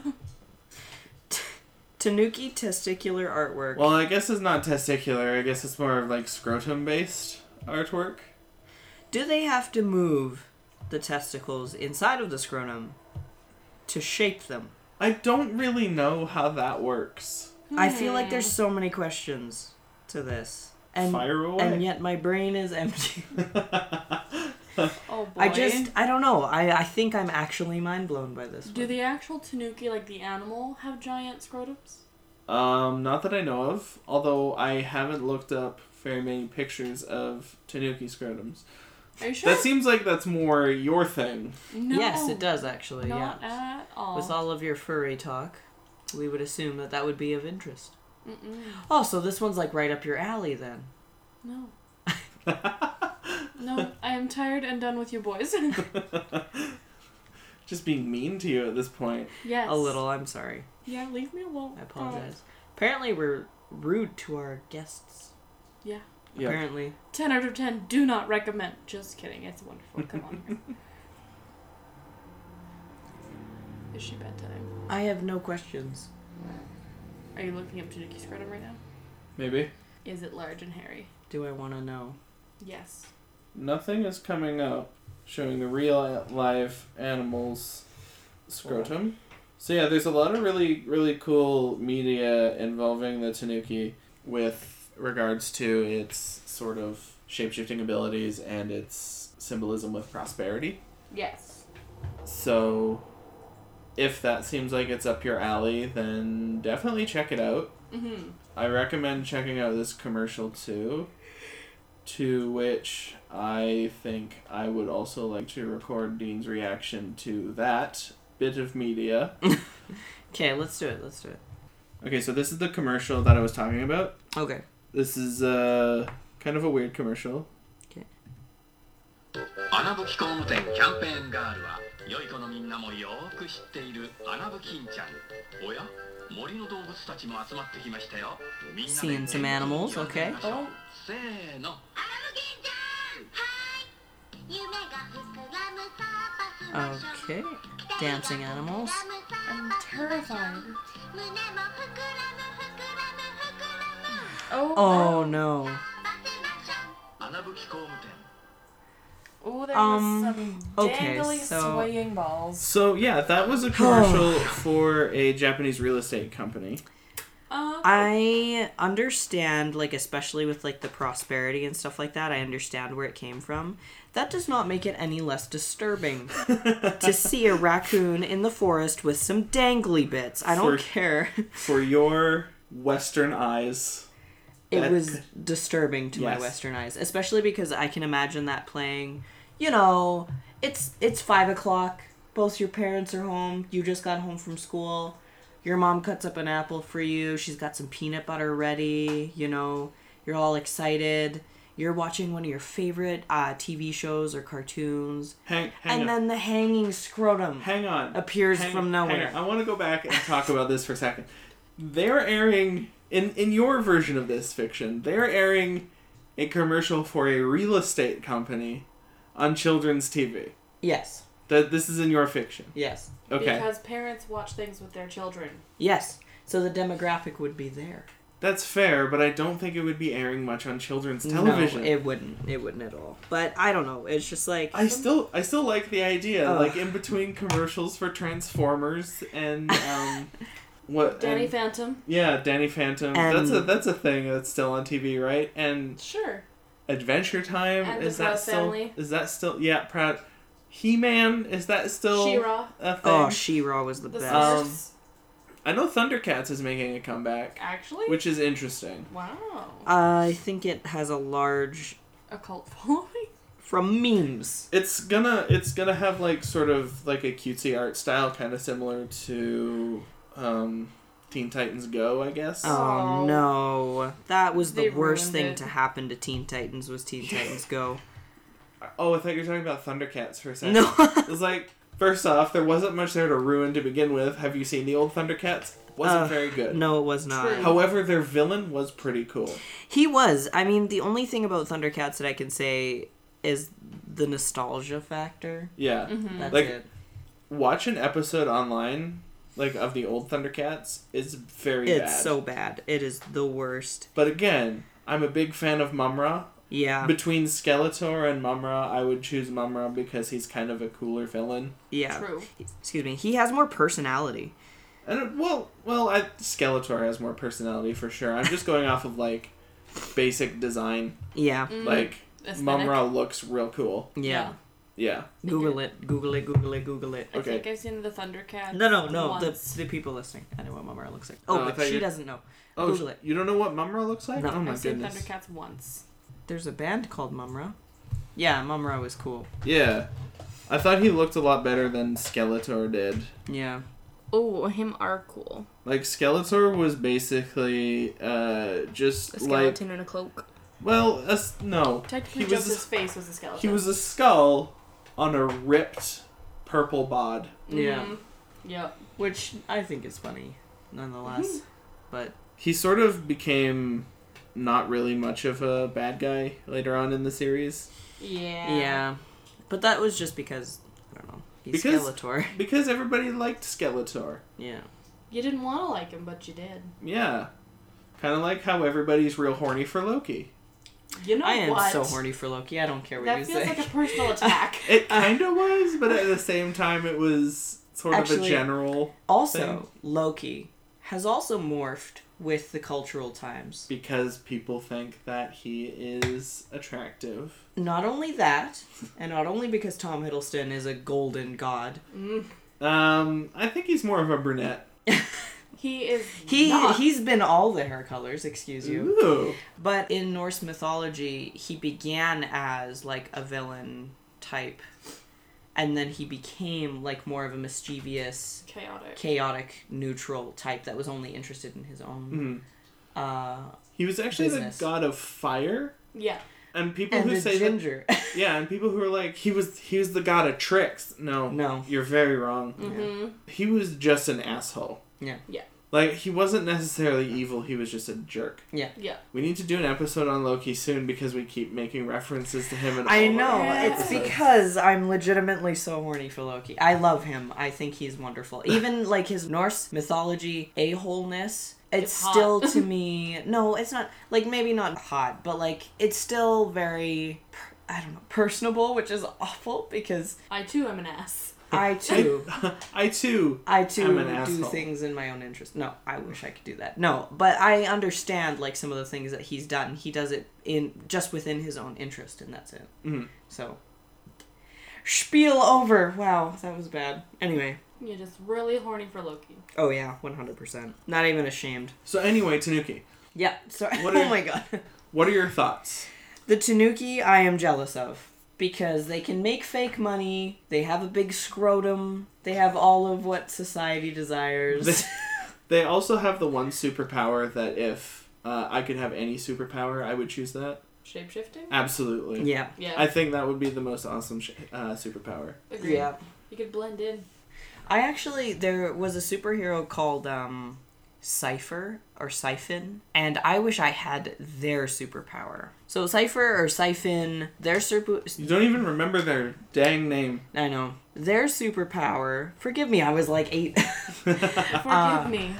tanuki testicular artwork.
Well, I guess it's not testicular. I guess it's more of like scrotum based artwork.
Do they have to move the testicles inside of the scrotum to shape them?
I don't really know how that works.
I feel like there's
Hmm.
so many questions to this, and
Fire away.
and yet my brain is empty.
Oh boy.
I just I don't know. I I think I'm actually mind blown by this.
Do
one.
the actual tanuki, like the animal, have giant scrotums?
Um, not that I know of, although I haven't looked up very many pictures of Tanuki scrotums.
Are you sure?
That seems like that's more your thing.
no.
Yes, it does actually.
Not
yeah.
at all.
With all of your furry talk, we would assume that that would be of interest.
Mm-mm.
Oh, so this one's like right up your alley then.
No. no, I am tired and done with you boys.
Just being mean to you at this point.
yes.
A little. I'm sorry.
Yeah, leave me alone.
I apologize. Apparently, we're rude to our guests.
Yeah.
Yeah.
apparently.
10 out of 10.
Do not recommend. Just kidding. It's wonderful. Come on. Is she bedtime?
I have no questions.
Are you looking up Janicki's scrotum right now?
Maybe.
Is it large and hairy?
Do I want to know?
Yes.
Nothing is coming up showing the real live animals scrotum. So yeah, there's a lot of really really cool media involving the tanuki with regards to its sort of shapeshifting abilities and its symbolism with prosperity.
Yes.
So if that seems like it's up your alley, then definitely check it out.
Mm-hmm.
I recommend checking out this commercial too. To which I think I would also like to record Dean's reaction to that bit of media.
Okay, let's do it. Let's do it.
Okay, so this is the commercial that I was talking about.
Okay.
This is uh, kind of a weird commercial.
穴吹工務店キャンペーンガールは良い子のみんなもよーく知っている穴吹きんちゃんおや森の動物たちも集まってきましたよみんな
Seeing some animals,
元気
okay.
に行きましょうせーの
アラブケンちゃんはい夢が膨らむサーパスの
Okay. Dancing animals.
I'm
terrified.
胸も膨らむ膨らむ膨らむ
Oh no.
穴吹工務店
Oh, there
Um,
was some
okay,
dangly
so-
swaying balls.
So, yeah, that was a commercial for a Japanese real estate company.
Uh,
I understand, like, especially with, like, the prosperity and stuff like that, I understand where it came from. That does not make it any less disturbing to see a raccoon in the forest with some dangly bits. I don't
For-
care.
For your Western eyes.
It
That-
was disturbing to my
Yes.
Western eyes, especially because I can imagine that playing, you know, it's it's five o'clock, both your parents are home, you just got home from school, your mom cuts up an apple for you, she's got some peanut butter ready, you know, you're all excited, you're watching one of your favorite uh, TV shows or cartoons,
Hang,
and
hang on.
then the hanging scrotum.
hang on
appears
Hang-
from
hang
nowhere.
on. i want to go back and talk about this for a second they're airing in in your version of this fiction they're airing a commercial for a real estate company on children's tv
Yes,
that this is in your fiction
yes,
okay
Because parents watch things with their children.
yes. So the demographic would be there.
that's fair but i don't think it would be airing much on children's
No,
television
it wouldn't. It wouldn't at all. But I don't know. It's just like
I still, I still like the idea,
Ugh.
like in between commercials for Transformers and um, what
Danny
and-
Phantom.
Yeah, Danny Phantom.
And-
that's a that's a thing that's still on TV, right? And
Sure.
Adventure Time
And the
is that
Proud
still
Family.
is that still yeah proud. He Man is that still
She-Ra.
a thing?
oh, She-Ra was the
The
best.
Um,
Smurfs.
I know Thundercats is making a comeback,
Actually?
which is interesting.
wow.
I think it has a large
A cult following?
from memes.
It's gonna it's gonna have like sort of like a cutesy art style, kind of similar to um, Teen Titans Go, I guess.
Oh,
Oh.
no, that was the
They
worst
ruined
thing
it.
to happen to Teen Titans was Teen Titans Go.
Oh, I thought you were talking about Thundercats for a second.
No,
It was like, first off, there wasn't much there to ruin to begin with. Have you seen the old Thundercats? Wasn't
Uh,
very good.
no, it was not.
True.
However, their villain was pretty cool.
He was. I mean, the only thing about Thundercats that I can say is the nostalgia factor.
Yeah.
Mm-hmm. Hmm.
That's
Like-
it.
Watch an episode online, like of the old Thundercats. It's very
It's
bad.
so bad. It is the worst.
But again, I'm a big fan of Mumra.
Yeah,
Between Skeletor and Mumra, I would choose Mumra because he's kind of a cooler villain.
yeah.
True.
Excuse me. He has more personality.
And it- well, well, I, Skeletor has more personality for sure. I'm just going off of like basic design.
Yeah,
Mm.
Like
Mm-hmm. Aesthetic.
Mumra looks real cool.
yeah.
Yeah.
Google it. Google it. Google it. Google it.
I
Okay.
think I've seen the Thundercats.
No, no, no. The,
once.
the people listening. I know what Mumra looks like.
Oh,
Oh,
I
but
thought
she
you-
doesn't know.
Oh,
Google it.
you don't know what Mumra looks like?
No.
Oh my
I've seen
goodness.
Thundercats once.
There's a band called Mumra. Yeah, Mumra was cool.
Yeah. I thought he looked a lot better than Skeletor did.
Yeah.
Oh, him are cool.
Like Skeletor was basically uh
A
just like
skeleton in a cloak.
well, a s no. He
Technically,
was-
just his face was a skeleton.
He was a skull on a ripped purple bod.
Yeah.
Mhm. Yep.
Which I think is funny, nonetheless. But
He sort of became not really much of a bad guy later on in the series
Yeah.
Yeah, but that was just because I don't know. He's
Because-
Skeletor.
because everybody liked Skeletor.
Yeah.
You didn't want to like him, but you did.
Yeah. Kind of like how everybody's real horny for Loki.
You know
I am
what?
so horny for Loki. I don't care what
That
you
feels
say.
like a personal attack.
It
Ah.
kind of was, but at the same time, it was sort of a
Actually-
general
also,
thing.
Loki has also morphed with the cultural times.
because people think that he is attractive.
Not only that, and not only because Tom Hiddleston is a golden god.
Um, I think he's more of a brunette.
He is.
He
not.
he's been all the hair colors, excuse you.
Ooh.
But in Norse mythology, he began as like a villain type, and then he became like more of a mischievous,
chaotic.
chaotic, neutral type that was only interested in his own.
Mhm.
Uh,
He was actually
Business.
the god of fire.
Yeah.
And people
and
who
the
say that
ginger.
Yeah, and people who are like, he was he was the god of tricks. No,
No.
you're very wrong.
hmm
He was just an asshole.
Yeah.
Yeah.
Like he wasn't necessarily evil. He was just a jerk.
Yeah.
We need to do an episode on Loki soon because we keep making references to him. In all
I
of
know.
our
Yeah.
It's
episodes.
because I'm legitimately so horny for Loki. I love him. I think he's wonderful. Even like his Norse mythology a holeness. It's
It's hot.
still to me no, it's not like maybe not hot, but like it's still very per- I don't know personable, which is awful because
I too am an ass.
I too
I, I too.
I too
I'm
do
an asshole.
things in my own interest. No, I wish I could do that. No, but I understand like some of the things that he's done. He does it in just within his own interest, and that's it.
Mhm.
So, spiel over. Wow, that was bad. Anyway,
You're just really horny for Loki.
oh yeah, one hundred percent. Not even ashamed.
So anyway, Tanuki,
Yeah. Sorry.
What
oh
are-
my god.
what are your thoughts?
The Tanuki, I am jealous of because they can make fake money. They have a big scrotum. They have all of what society desires.
They, they also have the one superpower that if uh, I could have any superpower, I would choose that.
Shape shifting?
Absolutely.
yeah.
Yeah.
I think that would be the most awesome sh- uh, superpower.
Agreed.
Yeah.
You could blend in.
I actually there was a superhero called um Cypher or Siphon, and I wish I had their superpower. So Cypher or Siphon, their super
You don't even remember their dang name.
I know. Their superpower forgive me, I was like eight Uh,
Forgive me.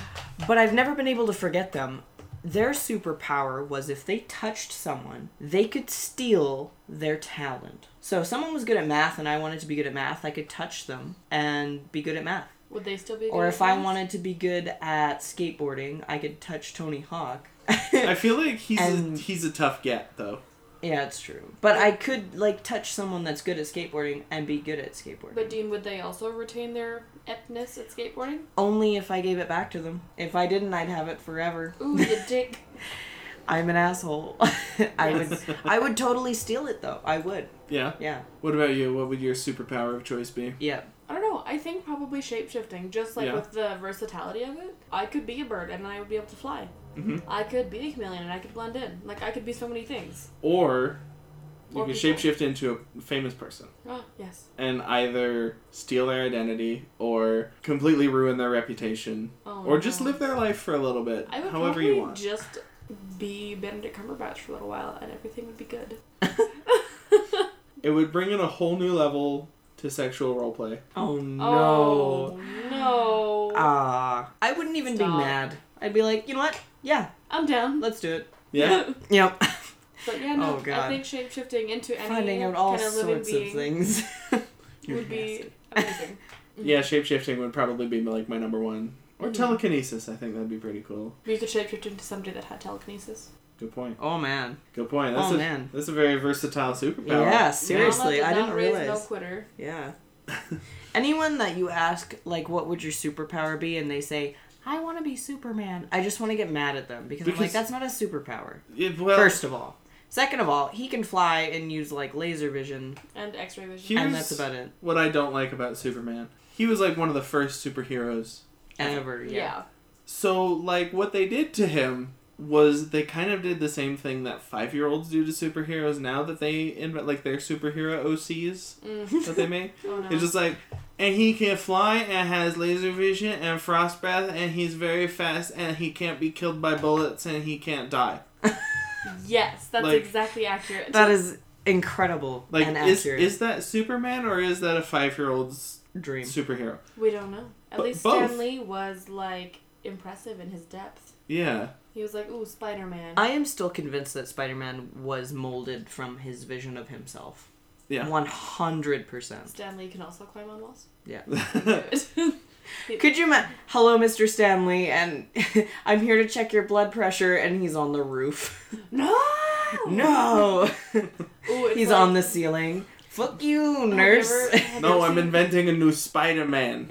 but I've never been able to forget them. Their superpower was if they touched someone, they could steal their talent. So if someone was good at math and I wanted to be good at math, I could touch them and be good at math.
Would they still be?
Or
good
if I
friends?
wanted to be good at skateboarding, I could touch Tony Hawk.
I feel like he's
And-
a, he's a tough get though.
yeah, it's true. But I could like touch someone that's good at skateboarding and be good at skateboarding.
But Dean, would they also retain their eptness at skateboarding?
Only if I gave it back to them. If I didn't, I'd have it forever.
Ooh, you dick.
I'm an asshole. I would I would totally steal it though. I would.
Yeah.
Yeah.
What about you? What would your superpower of choice be?
Yeah.
I don't know. I think probably shape shifting, just like
Yeah.
with the versatility of it. I could be a bird and I would be able to fly.
Mhm.
I could be a chameleon and I could blend in. Like I could be so many things.
Or you
Or
could
people.
shapeshift into a famous person
Oh, yes.
and either steal their identity or completely ruin their reputation
Oh,
or just
no.
live their life for a little bit,
I would
however
probably
you want.
just be Benedict Cumberbatch for a little while, and everything would be good.
It would bring in a whole new level to sexual roleplay.
Oh no.
Oh no!
Ah. I wouldn't even
Stop.
be mad. I'd be like, you know what? Yeah,
I'm down.
let's do it.
Yeah.
Yep.
but yeah, no.
Oh, God.
I think shape shifting into any
Finding out all
kind of living
sorts
being
of things.
would be amazing.
yeah, shapeshifting would probably be like my number 1.
Mm-hmm.
Or telekinesis, I think that'd be pretty cool.
we could shape shift into somebody that had telekinesis.
Good point.
oh man.
Good point. That's
Oh,
a,
man.
That's a very versatile superpower.
Yeah, seriously,
Nala did
I
not
didn't
raise
realize.
No quitter.
Yeah. Anyone that you ask, like, what would your superpower be, and they say, I want to be Superman, I just want to get mad at them because, I'm like,
Because-
that's not a superpower.
It- well,
First of all. Second of all, he can fly and use, like, laser vision,
and X-ray vision.
Here-
and
Here's-
that's about it.
what I don't like about Superman, he was like one of the first superheroes.
Ever, yeah.
yeah.
So, like, what they did to him was they kind of did the same thing that five year olds do to superheroes now that they invent, like, their superhero OCs
Mm.
that they make.
Oh no.
It's just like, and he can fly and has laser vision and frost breath and he's very fast and he can't be killed by bullets and he can't die.
Yes, that's
Like-
exactly accurate.
That is incredible
Like,
and
is,
accurate.
is that Superman or is that a five year old's
dream.
superhero?
we don't know. At
But
least
both.
Stan Lee was like impressive in his depth.
Yeah.
He was like, "Ooh, Spider Man."
I am still convinced that Spider-Man was molded from his vision of himself.
Yeah.
One hundred percent.
Stan Lee can also climb on walls.
Yeah.
Good.
Could you ma- Hello, Mr. Stanley, and I'm here to check your blood pressure, and he's on the roof.
no.
no,
Ooh, it's
he's
like-
on the ceiling. Fuck you, nurse.
Have you ever- have you
no,
ever
I'm
seen-
inventing a new Spider Man.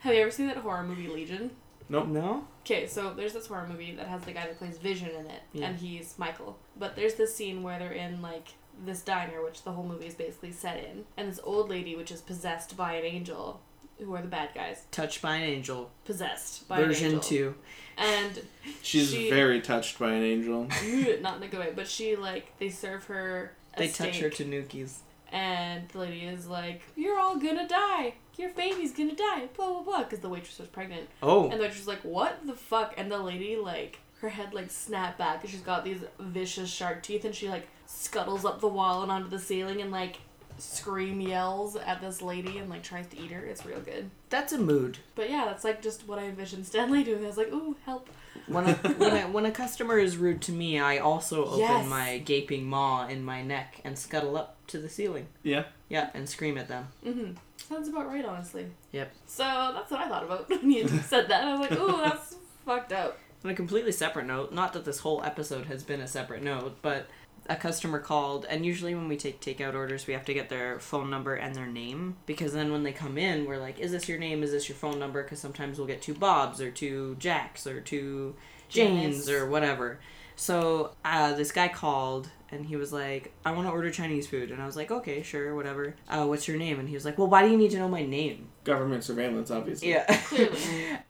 Have you ever seen that horror movie Legion?
nope.
no.
Okay, so there's this horror movie that has the guy that plays Vision in it,
Yeah.
and he's Michael. But there's this scene where they're in like this diner, which the whole movie is basically set in, and this old lady, which is possessed by an angel, who are the bad guys,
Touched by an angel.
possessed by
Version
an angel.
two.
And
She's
She-
very touched by an angel.
not in a good way, but she like they serve her. A
They touch her
steak,
to nukies.
and the lady is like, "You're all gonna die. Your baby's gonna die." Blah blah blah, because the waitress was pregnant.
Oh,
And they're just like, what the fuck? And the lady, like, her head, like, snapped back, and she's got these vicious shark teeth, and she, like, scuttles up the wall and onto the ceiling and, like, scream yells at this lady and, like, tries to eat her. It's real good.
that's a mood.
But yeah, that's, like, just what I envisioned Stanley doing. I was like, ooh, help.
When a, when, a, when a customer is rude to me, I also open
Yes.
my gaping maw in my neck and scuttle up to the ceiling.
Yeah.
Yeah, and scream at them.
hmm Sounds about right, honestly.
Yep.
So that's what I thought about when you said that. I was like, ooh, that's fucked up.
On a completely separate note, not that this whole episode has been a separate note, but a customer called, and usually when we take takeout orders, we have to get their phone number and their name because then when they come in, we're like, "Is this your name? Is this your phone number?" Because sometimes we'll get two Bobs or two Jacks or two Janes
Janice.
or whatever. So uh, this guy called and he was like, "I want to order Chinese food," and I was like, "Okay, sure, whatever. Uh, what's your name?" And he was like, "Well, why do you need to know my name?"
Government surveillance, obviously.
Yeah.
Clearly.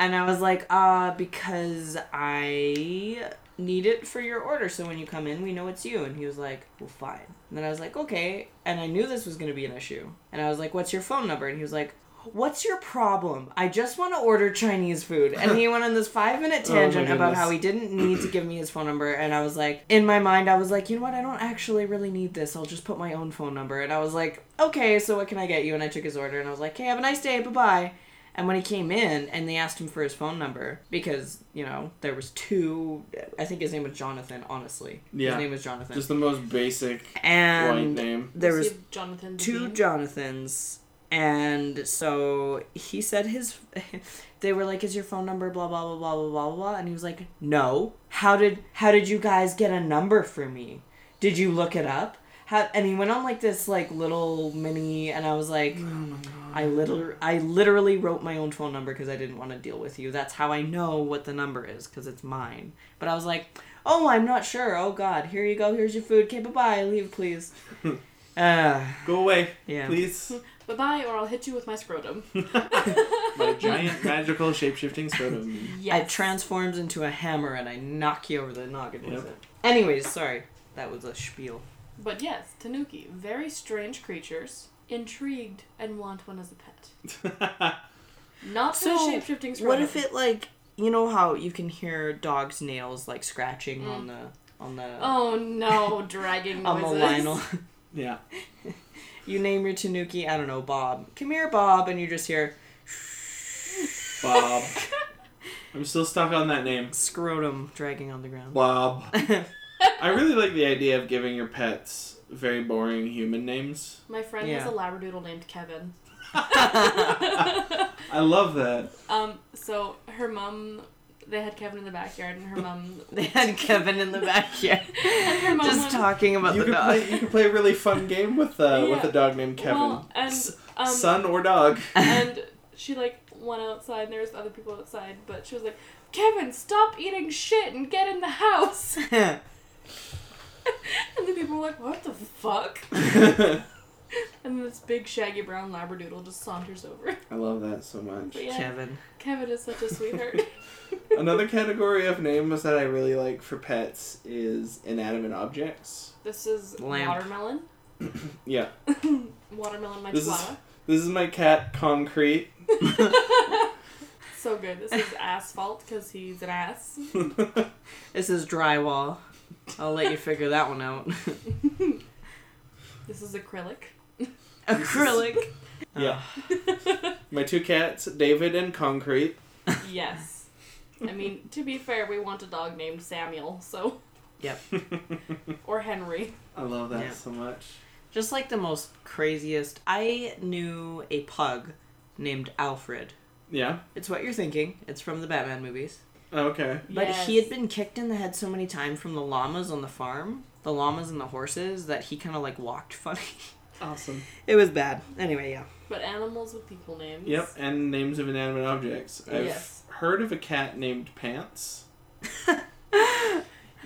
and I was like, uh, because I need it for your order. So when you come in, we know it's you. And he was like, well, fine. And then I was like, okay. And I knew this was going to be an issue. And I was like, what's your phone number? And he was like, what's your problem? I just want to order Chinese food. And he went on this five minute
Oh my
tangent about how
goodness.
he didn't need to give me his phone number. And I was like, in my mind, I was like, you know what? I don't actually really need this. I'll just put my own phone number. And I was like, okay, so what can I get you? And I took his order and I was like, hey, have a nice day. Bye bye. And when he came in and they asked him for his phone number because, you know, there was two I think his name was Jonathan, honestly.
Yeah.
His name was Jonathan.
Just the most basic white
and
name.
there was
See if Jonathan
two
Devine-
Jonathans and so he said his they were like is your phone number blah blah blah blah blah blah blah and he was like no how did how did you guys get a number for me did you look it up how, and he went on like this like little mini and i was like i liter- i literally wrote my own phone number because i didn't want to deal with you that's how i know what the number is because it's mine but i was like oh i'm not sure oh god here you go here's your food okay bye-bye leave please uh,
Go away,
Yeah.
please.
Bye bye, or I'll hit you with my scrotum.
My giant magical shapeshifting scrotum.
Yes.
It transforms into a hammer and I knock you over the noggin with
Yep.
it. Anyways, sorry. That was a spiel.
But yes, tanuki, very strange creatures, intrigued and want one as a pet. Not so
So,
shape shifting
What if it like you know how you can hear dogs' nails like scratching on the on the
Mm. Oh no, dragging
on
noises.
the Lionel?
yeah.
you name your Tanuki, I don't know, Bob. Come here, Bob, and you just hear
Bob. I'm still stuck on that name.
scrotum dragging on the ground.
Bob. I really like the idea of giving your pets very boring human names.
My friend
Yeah.
has a labradoodle named Kevin.
I love that.
Um, so her mum they had Kevin in the backyard and her mum
They had Kevin in the backyard
and her mum
just
went-
talking about
You
the
could,
dog.
play, you could play a really fun game with uh, with
Yeah.
a dog named Kevin.
Well, and
S-
um,
Son or dog.
and she like went outside and there was other people outside, but she was like, Kevin, stop eating shit and get in the house And the people were like, What the fuck?
I
And this big shaggy brown labradoodle just saunters over.
love that so much.
But yeah,
Kevin.
Kevin is such a sweetheart.
Another category of names that I really like for pets is inanimate objects.
this is
Lamp.
watermelon.
Yeah.
Watermelon my
This is-
chihuahua.
This is my cat, Concrete.
So good. This is asphalt because he's an ass.
This is drywall. I'll let you figure that one out.
This is acrylic.
Acrylic.
Yeah. My two cats, David and Concrete.
yes. I mean, to be fair, we want a dog named Samuel, so
Yep.
or Henry.
I love that
Yeah.
so much.
Just like the most craziest. I knew a pug named Alfred.
Yeah.
It's what you're thinking. It's from the Batman movies.
Oh, Okay.
But he had been kicked in the head so many times from the llamas on the farm, the llamas and the horses, that he kind of like walked funny.
Awesome.
it was bad. Anyway, yeah.
But animals with people names.
Yep, and names of inanimate objects. I've
Yes.
heard of a cat named Pants,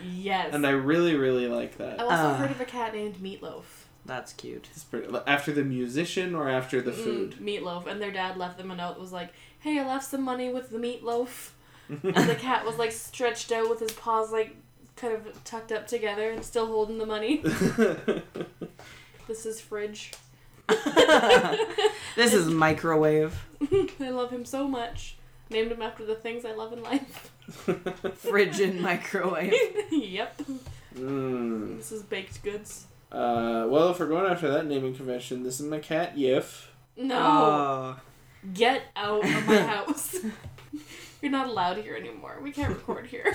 Yes.
and uh, I really, really like that.
I also
Uh.
heard of a cat named Meatloaf.
That's cute.
It's pretty, after the musician or after the
Mm,
food?
meatloaf, and their dad left them a note that was like, "Hey, I left some money with the meatloaf." and the cat was like stretched out with his paws like kind of tucked up together and still holding the money. This is fridge.
This is microwave.
I love him so much. Named him after the things I love in life.
Fridge and microwave.
yep.
mm.
This is baked goods.
uh, well, if we're going after that naming convention, this is my cat Yif.
No.
Oh.
Ah.
Get out of my house. You're not allowed here anymore. We can't record here.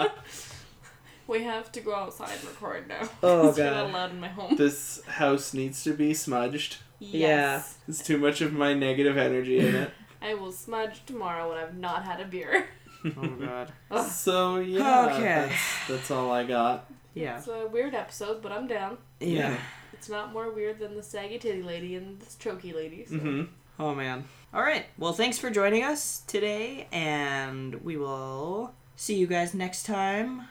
we have to go outside and record now.
Oh,
'Cause You're
God.
not allowed in my home.
This house needs to be smudged.
Yes.
There's too much of my negative energy in it.
I will smudge tomorrow when I've not had a beer.
oh god.
Ugh.
So yeah,
Okay.
that's, that's all I got.
Yeah.
It's a weird episode, but I'm down.
Yeah.
It's not more weird than the saggy titty lady and the chokey lady. So.
hmm
Oh man. All right. Well, thanks for joining us today, and we will see you guys next time.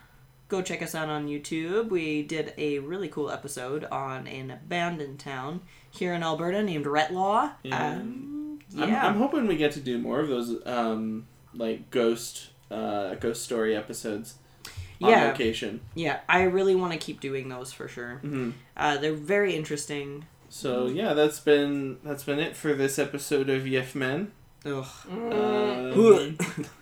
Go check us out on YouTube. We did a really cool episode on an abandoned town here in Alberta named Retlaw.
Yeah.
Um,
Mm-hmm. I'm,
yeah.
I'm hoping we get to do more of those um, like ghost uh, ghost story episodes on
Yeah.
location.
yeah. I really want to keep doing those for sure.
Mhm.
Uh, they're very interesting.
So yeah, that's been that's been it for this episode of Yef Men.
Ugh.
Um,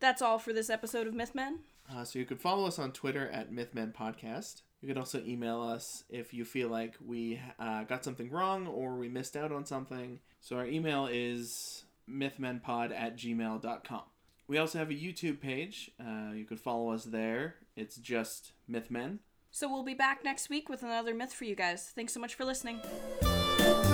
That's all for this episode of Mythmen.
Uh, so you could follow us on Twitter at MythMen Podcast. You could also email us if you feel like we uh, got something wrong or we missed out on something. So our email is mythmenpod at gmail.com. We also have a YouTube page. Uh, you could follow us there. It's just MythMen.
So we'll be back next week with another myth for you guys. Thanks so much for listening.
Thank